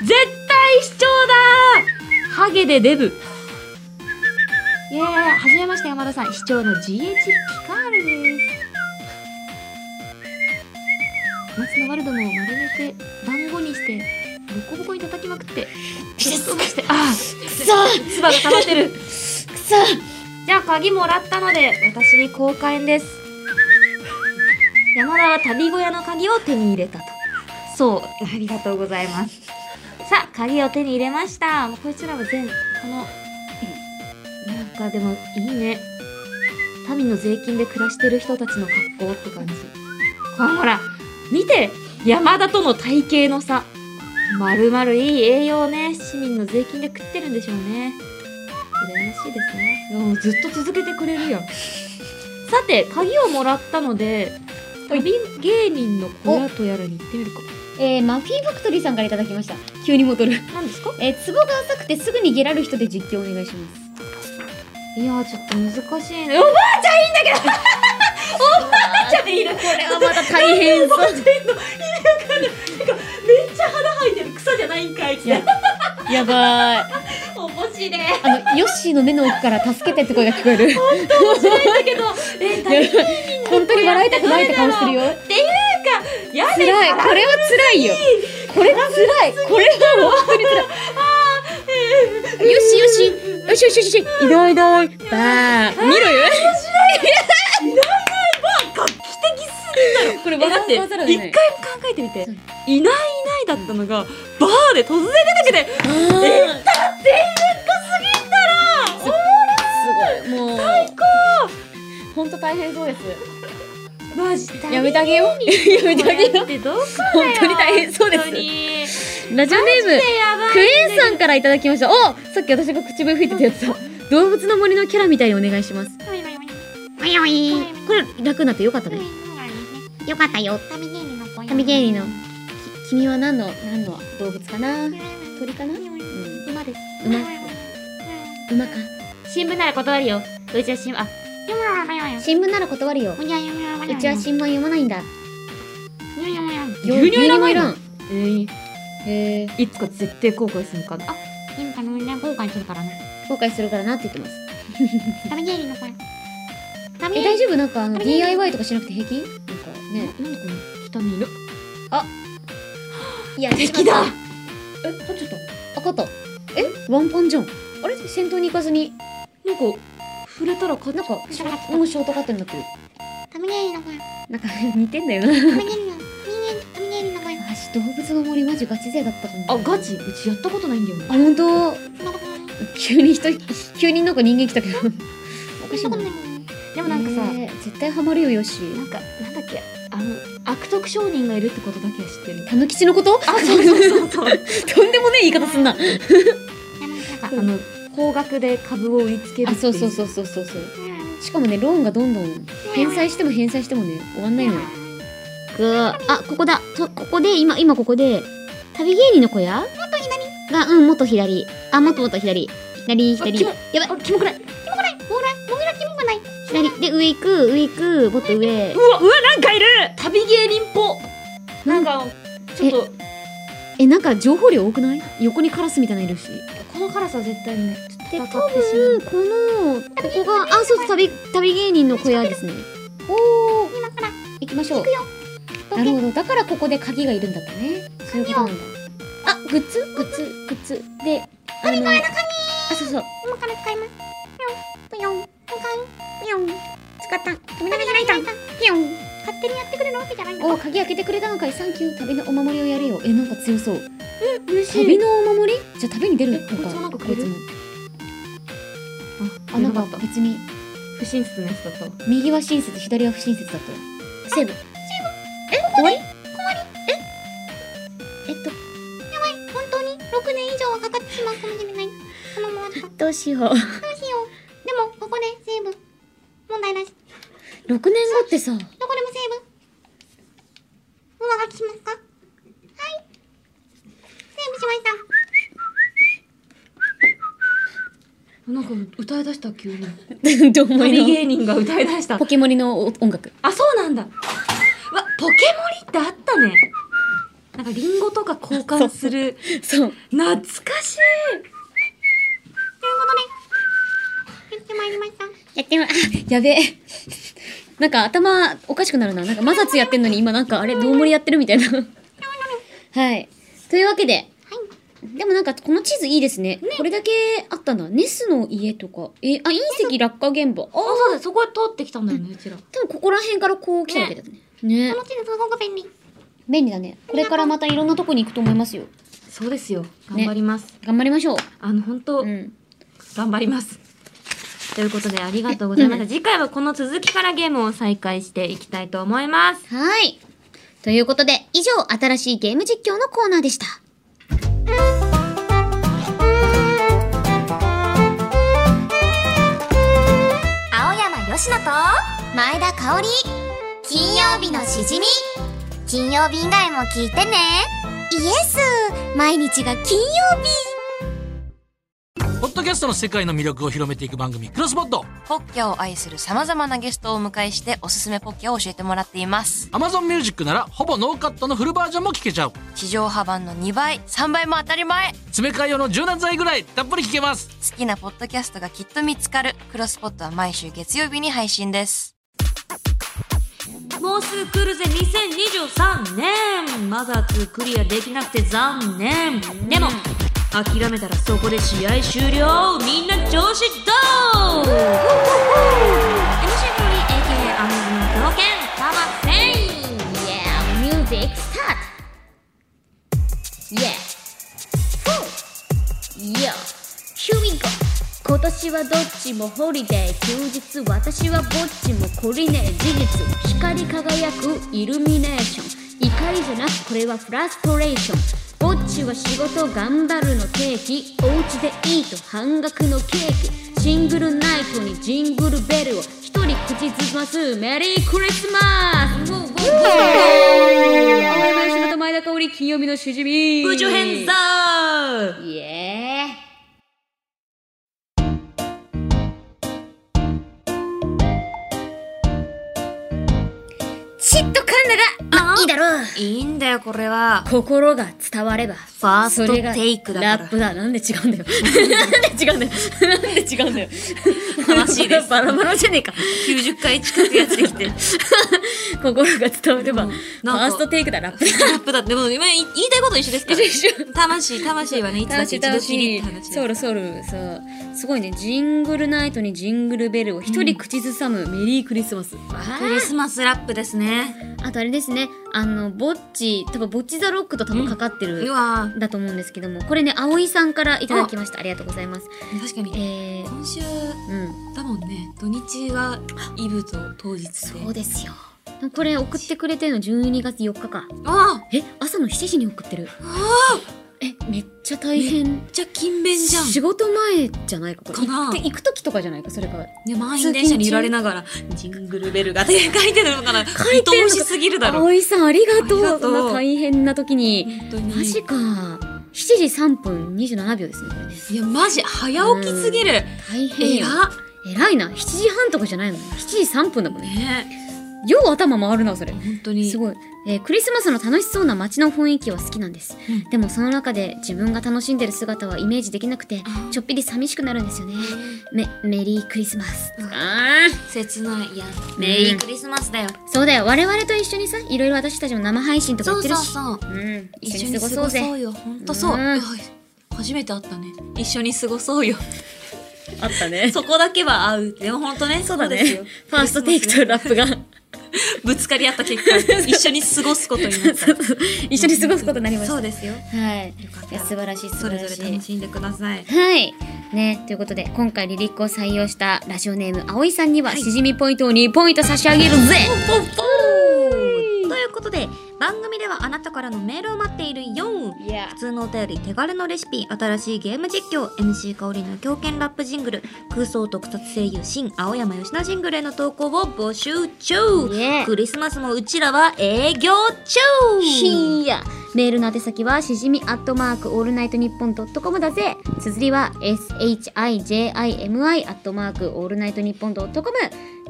Speaker 3: 絶対市長だハゲでデブいやいやはじめまして山田さん市長の GH ピカールです松のワルドも丸めて団子にしてボコボコに叩きまくってピシッとしてあー
Speaker 2: くそー
Speaker 3: 唾が溜まってる
Speaker 2: くそー
Speaker 3: じゃあ鍵もらったので私に交換です山田は旅小屋の鍵を手に入れたとそうありがとうございますさあ鍵を手に入れましたもうこいつらは全このなんかでもいいね民の税金で暮らしてる人たちの格好って感じこのほら見て山田との体型の差まるまるいい栄養をね市民の税金で食ってるんでしょうね羨ましいですねもうずっと続けてくれるやんさて鍵をもらったので
Speaker 1: 旅芸人の小屋とやらに行ってみるか。
Speaker 2: えー、マフィーファクトリーさんからいただきました急に戻る
Speaker 1: 何ですか
Speaker 2: えー、ツボが浅くてすぐにゲラる人で実況お願いしますいやーちょっと難しいねおば あちゃんいいんだけどおばあちゃんいるこれはまた大変そう
Speaker 1: めっちゃ腹生えてる草じゃないんかいって。
Speaker 2: やば
Speaker 1: 面
Speaker 2: い
Speaker 1: 白い。
Speaker 2: あのヨッシーの目の奥から助けてって声が聞こえ る
Speaker 1: だけど、え、大変
Speaker 2: 本当に笑いたくないって顔してるよ
Speaker 1: や
Speaker 2: 辛いこれは辛いよこれは辛いこれは本当に辛いよしよしよしよしよしよしいろいろばー見ろよこれ
Speaker 1: えだって一
Speaker 2: ざるを
Speaker 1: 回も
Speaker 2: 得な
Speaker 1: 考
Speaker 2: い
Speaker 1: えてみて「いないいない」だったのがバーで突然出てきて
Speaker 2: すごいもう最高本当大変そうです
Speaker 1: マジで
Speaker 2: やめてあげようやめてあげよう
Speaker 1: ってどこ
Speaker 2: 本当に大変そうで
Speaker 1: 本当
Speaker 2: す
Speaker 1: に
Speaker 2: ラジオネーム
Speaker 1: やばい
Speaker 2: クエンさんからいただきましたおさっき私が口笛吹いてたやつだ動物の森のキャラみたいにお願いしますおいおいこれ楽になってよかったねよかったよ
Speaker 6: 旅芸人のポイン
Speaker 2: 神芸人のき君は何の何の動物かな鳥かな、うん、馬です馬馬か新聞なら断るようちは新聞あ新聞なら断るようちは新聞読まないんだよ
Speaker 1: 牛乳いらない
Speaker 2: 牛
Speaker 1: の
Speaker 2: 乳
Speaker 1: えー
Speaker 2: へえ
Speaker 1: いつか絶対後悔するかなあ
Speaker 2: 後悔するからなって言ってます
Speaker 6: 旅芸人のポイン
Speaker 2: え大丈夫なんかあの DIY とかしなくて平気なんかね
Speaker 1: なんでこの下にいる
Speaker 2: いや
Speaker 1: 敵だ
Speaker 2: えあちょっと赤たえワンパンじゃんあれ先頭に行かずに
Speaker 1: なんか触れたら勝
Speaker 2: なん
Speaker 1: ち
Speaker 2: かもうショートカットになってる
Speaker 6: 旅芸人のポイン
Speaker 2: なんか 似てんだよな
Speaker 6: 旅芸人の旅芸人のポイン
Speaker 2: 私動物の森マジガチ勢だったかも
Speaker 1: あガチうちやったことないんだよね
Speaker 2: あ本当急に人急になんか人間来たけ どおかしいな
Speaker 1: で
Speaker 2: で
Speaker 1: もなんかさ
Speaker 2: 絶対ハマるよよし
Speaker 1: なんかなんだっけあの悪徳商人がいるってことだけは知ってる
Speaker 2: たぬきちのことあそうそうそうそう とんでもねえ言い方すんな
Speaker 1: あの高額で株を売りつける
Speaker 2: あ
Speaker 1: ってい
Speaker 2: そううそうそうそうそうそうしかもねローンがどんどん返済しても返済してもね終わんないのよ
Speaker 6: ぐー
Speaker 2: あここだとここで今今ここで旅芸人の小屋もっと左がうんもっと左あもっともっと左左左
Speaker 1: キモ
Speaker 2: やばいキモくない
Speaker 6: 左
Speaker 2: 左で上行く上行くもっと上
Speaker 1: うわうわなんかいる旅芸人っぽなんかちょっと
Speaker 2: えなんか情報量多くない横にカラスみたいなのいるし
Speaker 1: この辛さ絶対ね
Speaker 2: で多
Speaker 1: 戦ってしまう
Speaker 2: 分このここがあそうそう旅旅芸人の小屋ですねおお行きましょうなるほどだからここで鍵がいるんだったねそういうことなんだあグッズグッズグッズであのあそうそう
Speaker 6: 今から使いますぴょんぴょんぴょん
Speaker 2: 使った
Speaker 6: みんなで開いたぴょん勝手にやってくれるわけじゃないんだ
Speaker 2: お鍵開けてくれたのかいサンキュー旅のお守りをやれよえなんか強そう
Speaker 1: 嬉しい
Speaker 2: 旅のお守りじゃあ旅に出るのか
Speaker 1: えこいつもなんかくれる
Speaker 2: こいつも
Speaker 1: あ
Speaker 2: あ
Speaker 1: な
Speaker 2: な
Speaker 1: んんか
Speaker 2: か
Speaker 1: った
Speaker 2: 別に
Speaker 1: 不親切なやつだったわ
Speaker 2: 右は親切左は不親切だったよセーブえ終わりええっと
Speaker 6: 本当に六年以上はかかってしまうかもしれないこのままだとどう
Speaker 2: どうしよう
Speaker 6: しようでもここでセーブ問題なし
Speaker 2: 6年後ってさ
Speaker 6: どこでもセーブ上書きしますかはいセーブしました
Speaker 1: なんか歌い出した急に
Speaker 2: どう思
Speaker 1: 旅
Speaker 2: いの
Speaker 1: 芸人が歌い出した
Speaker 2: ポケモリの音楽
Speaker 1: あそうなんだわポケモリってあったねなんかリンゴとか交換する
Speaker 2: そう
Speaker 1: 懐かしい
Speaker 6: ということでやってまいりました
Speaker 2: やってもあ やべえなんか頭おかしくなるななんか摩擦やってんのに今なんかあれどうもりやってるみたいなはいというわけででもなんかこの地図いいですねこれだけあったなネスの家とかえあ隕石落下現場あ
Speaker 1: あそうだそこへ通ってきたんだよねうちら
Speaker 2: 多分ここら辺からこう来たわけだねね
Speaker 6: この地図すごく便利
Speaker 2: 便利だねこれからまたいろんなとこに行くと思いますよ
Speaker 1: そうですよ頑張ります、
Speaker 2: 頑張りましょう
Speaker 1: あの本当、
Speaker 2: うん
Speaker 1: 頑張りますということでありがとうございました次回はこの続きからゲームを再開していきたいと思います
Speaker 2: はいということで以上新しいゲーム実況のコーナーでした
Speaker 3: 青山よしと前田香織金曜日のしじみ金曜日以外も聞いてねイエス毎日が金曜日
Speaker 4: ポッドキャストの世界の魅力を広めていく番組、クロスボット。
Speaker 5: ポッキャを愛する様々なゲストをお迎えしておすすめポッキャを教えてもらっています。
Speaker 4: Amazon Music ならほぼノーカットのフルバージョンも聞けちゃう。
Speaker 5: 地上波版の2倍、3倍も当たり前
Speaker 4: 詰め替え用の柔軟剤ぐらいたっぷり聞けます。
Speaker 5: 好きなポッドキャストがきっと見つかる。クロスポットは毎週月曜日に配信です。
Speaker 1: もうすぐ来るぜ2023年まだ2クリアできなくて残念でも諦めたらそこで試合終了みんな調子どう !MC フロリ AKA アミの条件タマセイ
Speaker 2: Yeah, music start! Yeah! Four! Yeah! Here we go! 今年はどっちもホリデー休日私はぼっちも懲りねえ事実光り輝くイルミネーション怒りじゃなくこれはフラストレーションぼっちは仕事頑張るの定期お家でいいと半額のケーキシングルナイトにジングルベルを一人口ずますメリークリスマスウォーウォーウォー青山吉野と前田香織金曜日のしじみ
Speaker 1: 部長編ザー
Speaker 2: イエーイちっと噛んだが、まあ、いいだろう
Speaker 1: いいんだよこれは
Speaker 2: 心が伝わればフ
Speaker 1: ァーストテイクだから
Speaker 2: ラップだなんで違うんだよなんで違うんだよなんで違うんだよ
Speaker 1: 悲しいです
Speaker 2: バラバラじゃねえか
Speaker 1: 90回近くやってきてラ
Speaker 2: 心が伝われば、
Speaker 1: うん
Speaker 2: フ
Speaker 1: なんか
Speaker 2: ァーストテイクだラップ
Speaker 1: ップだってでも今言い言いたいこと一緒ですから
Speaker 2: 一緒一
Speaker 1: 魂魂はねいつだって一度きりって話です
Speaker 2: ソウルソウルそうすごいねジングルナイトにジングルベルを一人口ずさむメリークリスマス、
Speaker 1: クリスマスラップですね
Speaker 2: あとあれですねあのぼっち多分ぼっちザロックと多分かかって
Speaker 1: う
Speaker 2: る、
Speaker 1: わ
Speaker 2: だと思うんですけどもこれね葵さんからいただきましたありがとうございます
Speaker 1: ー確かに
Speaker 2: えー、
Speaker 1: 今週
Speaker 2: うん
Speaker 1: だもんね土日はイブと当日で
Speaker 2: そうですよこれ送ってくれてるの12月4日か
Speaker 1: あ
Speaker 2: え朝の7時に送ってるえめっちゃ大変
Speaker 1: めっちゃ勤勉じゃん
Speaker 2: 仕事前じゃないかこれ
Speaker 1: かな
Speaker 2: 行って行く時とかじゃないかそれから
Speaker 1: ね満員電車に揺られながらジングルベルがって書いてるのかな
Speaker 2: 書いてるのか
Speaker 1: 愛おしすぎるだろ
Speaker 2: 葵さんありがとう
Speaker 1: ありがとう
Speaker 2: そんな大変な時に
Speaker 1: 本当に
Speaker 2: マジか7時3分27秒ですねこれね
Speaker 1: いやマジ早起きすぎる
Speaker 2: 大変
Speaker 1: え
Speaker 2: よ
Speaker 1: ら
Speaker 2: 偉いな7時半とかじゃないの7時3分だもんね
Speaker 1: ね
Speaker 2: よう頭回るなそれ
Speaker 1: 本当に
Speaker 2: すごい、えークリスマスの楽しそうな街の雰囲気は好きなんです、
Speaker 1: うん
Speaker 2: でもその中で自分が楽しんでる姿はイメージできなくてちょっぴり寂しくなるんですよねメメリークリスマスあー
Speaker 1: 切ないや
Speaker 2: メリー
Speaker 1: クリスマスだよ
Speaker 2: そうだよ我々と一緒にさいろいろ私たちも生配信とかや
Speaker 1: そ
Speaker 2: っ
Speaker 1: う
Speaker 2: てる
Speaker 1: そう
Speaker 2: し
Speaker 1: そう
Speaker 2: うん、一
Speaker 1: 一緒
Speaker 2: 緒に
Speaker 1: に
Speaker 2: 過
Speaker 1: 過ご
Speaker 2: ごそうぜ
Speaker 1: そうよ本当そううんいや初めて会ったね一緒に過ごそうよ
Speaker 2: あったね
Speaker 1: そこだけは会うでも本当ねそう
Speaker 2: だね
Speaker 1: ですよ
Speaker 2: ファーストテイクとラップ が
Speaker 1: ぶつかり合った結果一緒に過ごすことにな った
Speaker 2: 一緒に過ごすことになりました、
Speaker 1: そうですよ
Speaker 2: はい
Speaker 1: よかっ
Speaker 2: い
Speaker 1: た
Speaker 2: や
Speaker 1: ら
Speaker 2: 素晴らしい
Speaker 1: そ
Speaker 2: 素晴
Speaker 1: れ
Speaker 2: らし
Speaker 1: ぞ
Speaker 2: い
Speaker 1: れ楽しんでください
Speaker 2: はい。ね、ということで、今回リリックを採用したラジオネーム、葵さんには、しじみポイントを2ポイント差し上げるぜ
Speaker 6: ということで番組ではあなたからのメールを待っているよ普通のお便り手軽のレシピ新しいゲーム実況 MC 香りの狂犬ラップジングル空想特撮声優新青山吉野ジングルへの投稿を募集中
Speaker 2: イエー
Speaker 6: クリスマスもうちらは営業中
Speaker 2: ひんやメールの宛先は、しじみアットマークオールナイトニッポンドットコムだぜ綴りは、shijimi アットマークオールナイトニッポンドットコム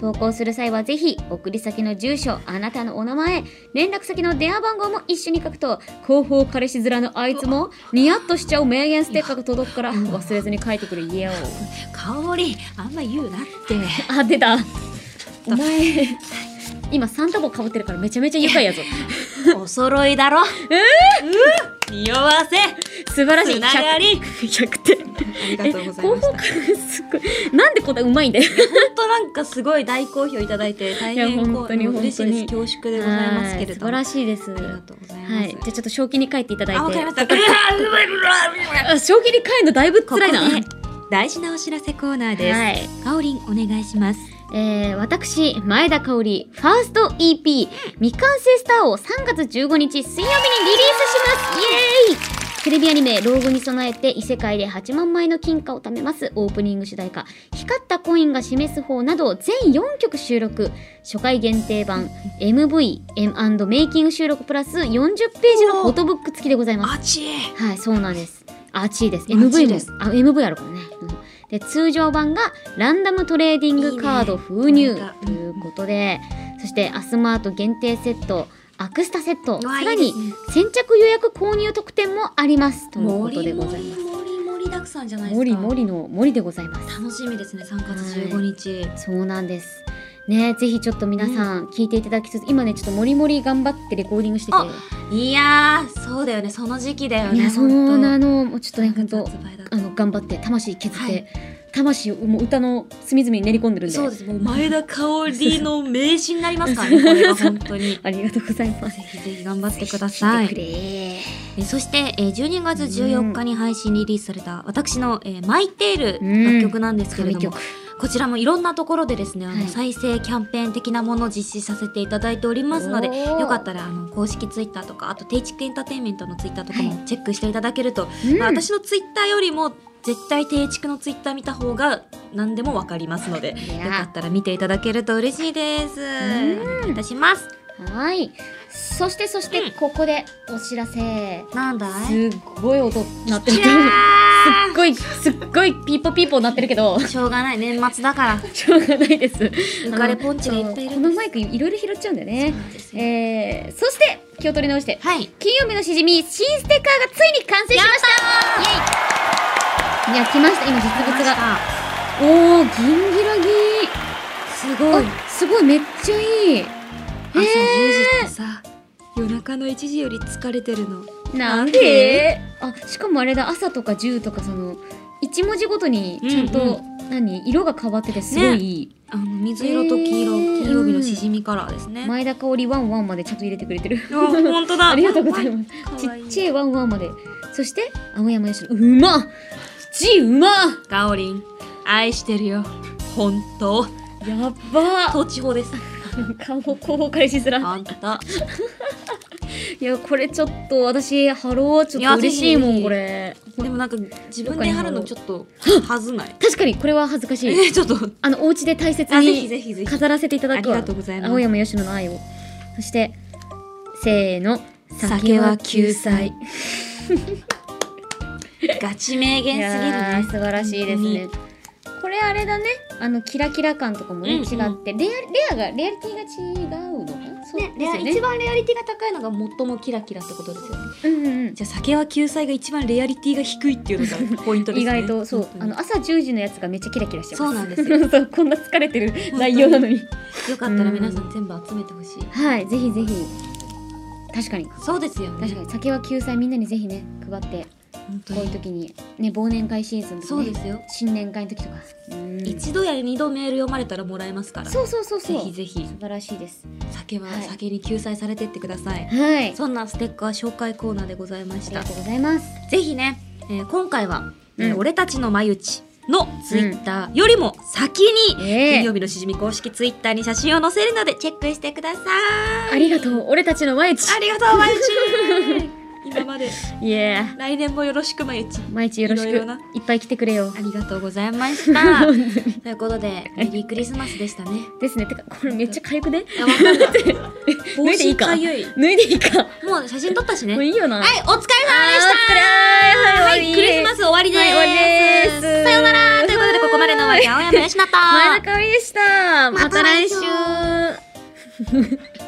Speaker 2: 投稿する際はぜひ送り先の住所あなたのお名前連絡先の電話番号も一緒に書くと広報彼氏面のあいつもニヤッとしちゃう名言ステッカーが届くから忘れずに書いてくれイエオ
Speaker 1: 香りあんま言うなって
Speaker 2: あ出たお前今サンタ帽かぶってるからめちゃめちゃ愉快 やぞ
Speaker 1: お揃いだろえー、匂わせ
Speaker 2: 素晴らしい
Speaker 1: つながり
Speaker 2: 100 100点
Speaker 1: ありが
Speaker 2: え
Speaker 1: とうございました
Speaker 2: 広報からすごいなんでこんなうまいんだよ
Speaker 1: 本当なんかすごい大好評いただいて大
Speaker 2: いや
Speaker 1: 変こう
Speaker 2: 本当に
Speaker 1: 嬉しいです
Speaker 2: 本当
Speaker 1: 恐縮でございますけれ
Speaker 2: はい素
Speaker 1: ども
Speaker 2: 晴ら
Speaker 1: しい
Speaker 2: しいです
Speaker 1: ありが
Speaker 2: は
Speaker 1: とうございます、
Speaker 2: いじゃあちょっと正気に書いていただいて
Speaker 1: あわかりました
Speaker 2: あ正気に書いるのだいぶ
Speaker 1: ここで
Speaker 2: 辛いな
Speaker 1: 大事なお知らせコーナーです、
Speaker 2: はい
Speaker 1: かおりんお願いします
Speaker 2: えー、私前田香織ファースト EP 未完成スターを3月15日水曜日にリリースしますイエーイテレビアニメ「老後に備えて異世界で8万枚の金貨を貯めます」オープニング主題歌「光ったコインが示す方」など全4曲収録初回限定版 MV M& メイキング収録プラス40ページのフォトブック付きでございます
Speaker 3: あちー
Speaker 2: はい、そうなんです。あっちいです。
Speaker 3: あっち
Speaker 2: MV
Speaker 3: い
Speaker 2: も
Speaker 3: です
Speaker 2: あ MV あるからね。うんで通常版がランダムトレーディングカード封入
Speaker 3: いいねなんか
Speaker 2: ということで、そしてアスマート限定セット、アクスタセット、
Speaker 3: うわ
Speaker 2: さら
Speaker 3: いいで
Speaker 2: に
Speaker 3: すね
Speaker 2: 先着予約購入特典もありますということでございま
Speaker 3: 盛り盛りだくさんじゃない
Speaker 2: す。
Speaker 3: です
Speaker 2: も
Speaker 3: か。
Speaker 2: りもりの森でございます。
Speaker 3: 楽しみですね、3月15日。
Speaker 2: そうなんです。ね、ぜひちょっと皆さん聞いていただきつつ、今ねちょっともりもり頑張ってレコーディングしてて
Speaker 3: あいやー、そうだよね、その時期だよね。
Speaker 2: いやそうなのもうちょっとね
Speaker 3: 3
Speaker 2: 本
Speaker 3: 月
Speaker 2: 当
Speaker 3: 発売だと
Speaker 2: あの頑張って魂削って、
Speaker 3: はい
Speaker 2: 魂をもう歌の隅々に練り込んでるんで
Speaker 3: そうです、もう前田香織の名刺になりますからね、これは本当に。
Speaker 2: ありがとうございます
Speaker 3: ぜひぜひ頑張ってください
Speaker 2: 来。て
Speaker 1: えそして、えー12月14日に配信リリースされた私の「えーマイテール」楽曲なんです
Speaker 2: く
Speaker 1: け
Speaker 2: れ
Speaker 1: れ
Speaker 2: 神
Speaker 1: ども
Speaker 2: 曲
Speaker 1: こちらもいろんなところでですねあの
Speaker 2: はい
Speaker 1: 再生キャンペーン的なものを実施させていただいておりますので
Speaker 2: おー
Speaker 1: よかったらあの公式ツイッターとかあと定畜エンターテインメントのツイッターとか
Speaker 2: は
Speaker 1: もチェックしていただけると、
Speaker 2: うん
Speaker 1: まあ、私のツイッターよりも絶対定畜のツイッター見た方が何でもわかりますので
Speaker 2: い
Speaker 1: よか
Speaker 2: や
Speaker 1: ったら見ていただけると嬉しいです。お願いいたします。
Speaker 2: はいそしてそしてここでお知らせ、
Speaker 1: なんだい
Speaker 2: すっごい音鳴ってるすっごいすっごいピーポピーポ鳴ってるけど
Speaker 1: しょうがない年末だから
Speaker 2: しょうがないです
Speaker 1: 浮かれポンチがいっぱいい
Speaker 2: こ
Speaker 1: るん
Speaker 2: の
Speaker 1: です
Speaker 2: マイクいろいろ拾っちゃうんだよね
Speaker 1: ですよ
Speaker 2: えー、そして気を取り直して
Speaker 1: はい
Speaker 2: 金曜日のしじみ新ステッカーがついに完成しましたイエイいや来ました今実物がおおギンギラギ
Speaker 1: すごい
Speaker 2: あすごいめっちゃいい
Speaker 1: 朝10時
Speaker 2: え
Speaker 1: ってさ、夜中の1時より疲れてるの
Speaker 2: なんであしかもあれだ朝とか10とかその一文字ごとにちゃんと、
Speaker 1: うんう
Speaker 2: 何色が変わっててすごいいい、
Speaker 1: あの水色と黄色、
Speaker 2: えー
Speaker 1: 金曜日のしじみカラーですね、
Speaker 2: 前田香織ワンワンまでちゃんと入れてくれてる
Speaker 1: あ本当だ
Speaker 2: ありがとうございます
Speaker 1: す
Speaker 2: ちっちゃいワンワンまでそして青山よしうまっちうまっ
Speaker 1: ガオリン愛してるよ本当
Speaker 2: やっば
Speaker 1: 統治法です
Speaker 2: 顔を広報開始すら
Speaker 1: あんた
Speaker 2: いやこれちょっと私ハローちょっと嬉しいも
Speaker 1: いやぜひぜ
Speaker 2: ん
Speaker 1: ひ
Speaker 2: これ
Speaker 1: でもなんか自分で貼るのちょっとはずない
Speaker 2: 確かにこれは恥ずかし
Speaker 1: え
Speaker 2: い
Speaker 1: ーちょっと
Speaker 2: あのお家で大切
Speaker 1: あぜひ
Speaker 2: に
Speaker 1: ぜひぜひ
Speaker 2: 飾らせていただくわ
Speaker 1: ありがとうございます
Speaker 2: 青山吉野の愛をそしてせーの
Speaker 1: 酒は救済 ガチ名
Speaker 2: い
Speaker 1: 言すぎる
Speaker 2: やー
Speaker 1: ね
Speaker 2: 素晴らしいですねこれあれだねあのキラキラ感とかもね、
Speaker 1: うんうん
Speaker 2: 違ってレアレアがレアリティが違うのかなそうです
Speaker 1: ね
Speaker 2: よね
Speaker 1: 一番レアリティが高いのが最もキラキラってことですよね
Speaker 2: うんうんうん
Speaker 1: じゃあ酒は救済が一番レアリティが低いっていうのがポイントで
Speaker 2: 意
Speaker 1: すね
Speaker 2: 外とそう
Speaker 1: 本当
Speaker 2: あ
Speaker 1: に
Speaker 2: の朝10時のやつがめっちゃキラキラしてます
Speaker 1: そうなんですよ
Speaker 2: そうこんな疲れてる内容なのに
Speaker 1: よかったら皆さん全部集めてほしい
Speaker 2: はい、ぜひぜひ。確かに。
Speaker 1: そうですよね
Speaker 2: 確かに酒は救済みんなにぜひね配って
Speaker 1: 本当
Speaker 2: こういう
Speaker 1: に
Speaker 2: 時にね忘年会シーズンとか、
Speaker 1: そう
Speaker 2: ね、
Speaker 1: ですよ
Speaker 2: 新年会の時とかうん
Speaker 1: 一度や二度メール読まれたらもらえますからぜ
Speaker 2: そうそうそうそう
Speaker 1: ひぜひ
Speaker 2: 素晴らしいです
Speaker 1: 酒は
Speaker 2: はい
Speaker 1: 酒に救済されてってください
Speaker 2: はいあ
Speaker 1: そんなステッカー紹介コーナーでございまし
Speaker 2: り
Speaker 1: た
Speaker 2: がとうございます
Speaker 1: ぜひねえー今回はえ
Speaker 2: う
Speaker 1: ー
Speaker 2: ん
Speaker 1: 俺たちの眉打ちのツイッターよりも先に
Speaker 2: え
Speaker 1: 金
Speaker 2: え
Speaker 1: 曜日のしじみ公式ツイッターに写真を載せるのでチェックしてください
Speaker 2: ありがとう俺たちの毎日
Speaker 1: ありがとう、まゆ ち。今まで、
Speaker 2: いや
Speaker 1: 来年もよろしく、まゆち。
Speaker 2: 毎日よろしく
Speaker 1: い
Speaker 2: い
Speaker 1: ろいろな
Speaker 2: っぱい来てくれよ
Speaker 1: ありがとうございました。ということで、メリークリスマスでしたね。
Speaker 2: ですねてかこれめっちゃ痒くね
Speaker 1: あ、わかんない。帽
Speaker 2: 脱いでいい
Speaker 1: 子
Speaker 2: か
Speaker 1: かゆい。
Speaker 2: 脱いでいいか
Speaker 1: もう写真撮ったしね。
Speaker 2: も
Speaker 1: は
Speaker 2: う
Speaker 1: い、
Speaker 2: いいよなはい
Speaker 1: お疲れ様でした。
Speaker 2: は
Speaker 1: はいい、クリスマス終わりで
Speaker 2: はい終わり
Speaker 1: す。
Speaker 2: です
Speaker 1: さようなら。ということで、ここまでのお 相手は青山よしなと。
Speaker 2: 前田香織でしたまた来週